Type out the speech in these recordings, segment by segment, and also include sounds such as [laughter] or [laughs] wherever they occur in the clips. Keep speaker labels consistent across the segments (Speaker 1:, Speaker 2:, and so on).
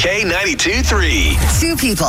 Speaker 1: K92 3.
Speaker 2: Two people,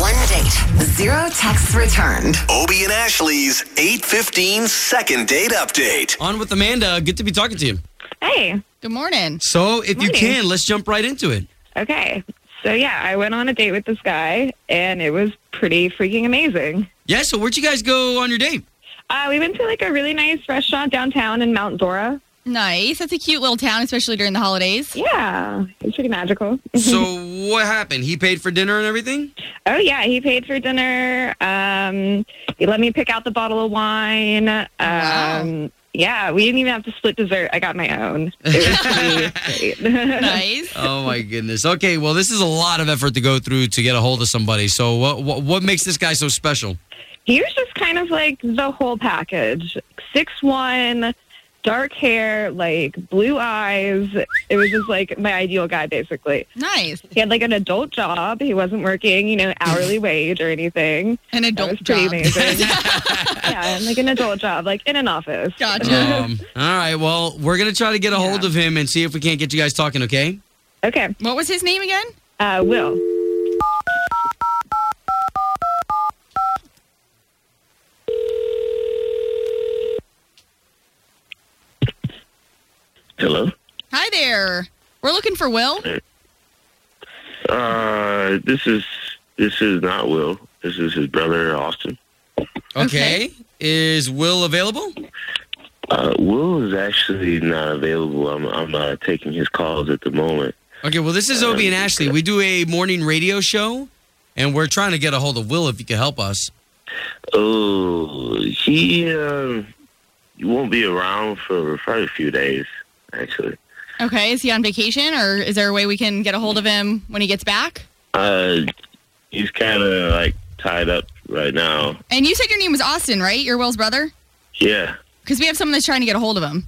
Speaker 2: one date, zero texts returned.
Speaker 1: Obie and Ashley's 815 second date update.
Speaker 3: On with Amanda. Good to be talking to you.
Speaker 4: Hey.
Speaker 5: Good morning.
Speaker 3: So, if you
Speaker 4: Morning.
Speaker 3: can, let's jump right into it.
Speaker 4: Okay. So yeah, I went on a date with this guy, and it was pretty freaking amazing.
Speaker 3: Yeah, so where'd you guys go on your date?
Speaker 4: Uh, we went to like a really nice restaurant downtown in Mount Dora.
Speaker 5: Nice. That's a cute little town, especially during the holidays.
Speaker 4: Yeah, it's pretty magical.
Speaker 3: so, what happened? He paid for dinner and everything?
Speaker 4: Oh yeah, he paid for dinner. Um, he let me pick out the bottle of wine. Um,
Speaker 5: Wow.
Speaker 4: Yeah, we didn't even have to split dessert. I got my own. It was pretty great. [laughs]
Speaker 5: Nice.
Speaker 3: Oh, my goodness. Okay, well, this is a lot of effort to go through to get a hold of somebody. So, what, what, what makes this guy so special?
Speaker 4: he was just kind of like the whole package. Six one, dark hair, like blue eyes. It was just like my ideal guy basically.
Speaker 5: Nice.
Speaker 4: He had like an adult job. He wasn't working, you know, hourly wage or anything.
Speaker 5: An
Speaker 4: That
Speaker 5: adult
Speaker 4: was pretty
Speaker 5: job. [laughs]
Speaker 4: amazing. yeah, like an adult job, like in an office.
Speaker 5: Gotcha.
Speaker 3: Um, all right, well, we're going to try to get a hold of him and see if we can't get you guys talking, okay?
Speaker 4: Okay.
Speaker 5: What was his name again?
Speaker 4: Uh, Will.
Speaker 6: Hello.
Speaker 5: Hi there. We're looking for Will.
Speaker 6: Uh, this is this is not Will. This is his brother Austin.
Speaker 3: Okay. Is Will available?
Speaker 6: Uh, Will is actually not available. I'm I'm uh, taking his calls at the moment.
Speaker 3: Okay, well, this is Obie and Ashley. We do a morning radio show, and we're trying to get a hold of Will if you could help us.
Speaker 6: Oh, he um, he won't be around for probably a few days. Actually,
Speaker 5: Okay. Is he on vacation or is there a way we can get a hold of him when he gets back?
Speaker 6: uh, he's kind of like tied up right now.
Speaker 5: And you said your name was Austin, right? You're Will's brother?
Speaker 6: Yeah.
Speaker 5: Because we have someone that's trying to get a hold of him.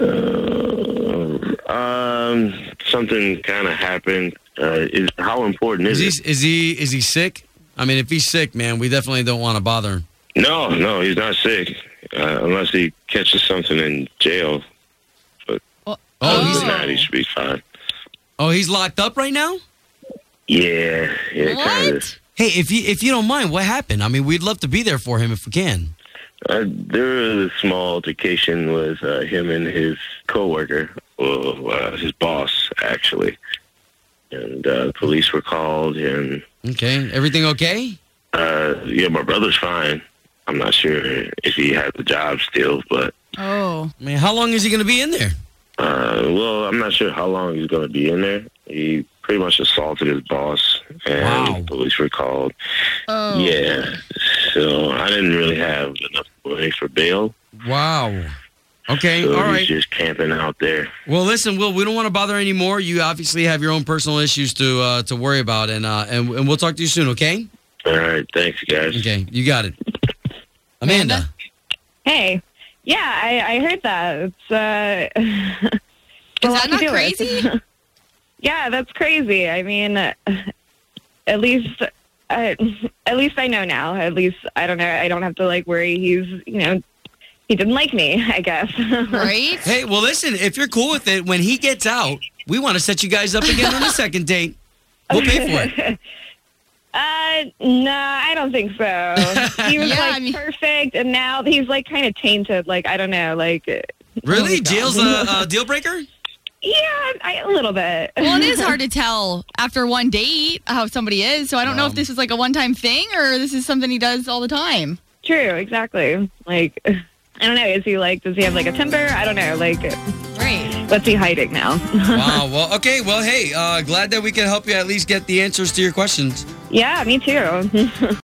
Speaker 6: Uh, um, something kind of happened. Uh, is how important
Speaker 3: Is
Speaker 6: is,
Speaker 3: he
Speaker 6: it?
Speaker 3: is he is he sick? I mean, if he's sick, man, we definitely don't want to bother him.
Speaker 6: No, no, he's not sick uh, unless he catches something in jail.
Speaker 3: Oh,
Speaker 6: Other
Speaker 3: he's
Speaker 6: than that, he should be fine.
Speaker 3: oh he's locked up right now.
Speaker 6: Yeah, yeah, kind of.
Speaker 5: What?
Speaker 3: Hey, if you if you don't mind, what happened? I mean, we'd love to be there for him if we can.
Speaker 6: Uh, there was a small altercation with uh, him and his coworker, well, uh, his boss, actually. And uh, police were called, and
Speaker 3: Okay, everything okay?
Speaker 6: uh, yeah, my brother's fine. I'm not sure if he has a job still, but
Speaker 5: Oh.
Speaker 3: I mean, how long is he going to be in there?
Speaker 6: uh, well, I'm not sure how long he's going to be in there. He pretty much assaulted his boss, and
Speaker 3: Wow.
Speaker 6: police were called.
Speaker 5: Oh.
Speaker 6: Yeah. So I didn't really have enough money for bail.
Speaker 3: Wow. Okay,
Speaker 6: So
Speaker 3: all
Speaker 6: he's
Speaker 3: right.
Speaker 6: just camping out there.
Speaker 3: Well, listen, Will, we don't want to bother anymore. You obviously have your own personal issues to uh, to worry about, and uh, and and we'll talk to you soon. Okay.
Speaker 6: All right. Thanks, guys.
Speaker 3: Okay, you got it, Amanda.
Speaker 4: Hey. Yeah, I, I heard that. It's uh, [laughs] a
Speaker 5: Is
Speaker 4: lot
Speaker 5: that
Speaker 4: to
Speaker 5: not
Speaker 4: deal with.
Speaker 5: crazy?
Speaker 4: [laughs] Yeah, that's crazy. I mean, uh, at least uh, at least I know now. At least I don't know. I don't have to like worry. He's you know he didn't like me. [laughs] I guess. [laughs]
Speaker 5: right?
Speaker 3: Hey, well, listen, if you're cool with it, when he gets out, we want to set you guys up again on the second date. We'll pay for
Speaker 4: [laughs]
Speaker 3: it.
Speaker 4: Uh, no, I don't think
Speaker 5: [laughs]
Speaker 4: so. He was
Speaker 5: Yeah,
Speaker 4: like
Speaker 5: I mean-
Speaker 4: perfect, and now he's like kind of tainted. Like I don't know. Like yeah,
Speaker 3: Really? Jail's a, a deal breaker?
Speaker 4: I, a little bit.
Speaker 5: Well,
Speaker 4: [laughs]
Speaker 5: it is hard to tell after one date how somebody is. So I don't know if
Speaker 3: Um,
Speaker 5: this is like a one time thing or this is something he does all the time.
Speaker 4: True, exactly. Like I don't know. Is he like? Does he have like a temper? I don't know. Like
Speaker 5: Right.
Speaker 4: what's he hiding now? [laughs]
Speaker 3: wow. Well, okay. Well, hey, uh, glad that we can help you at least get the answers to your questions.
Speaker 4: Mm-hmm. yeah, me too.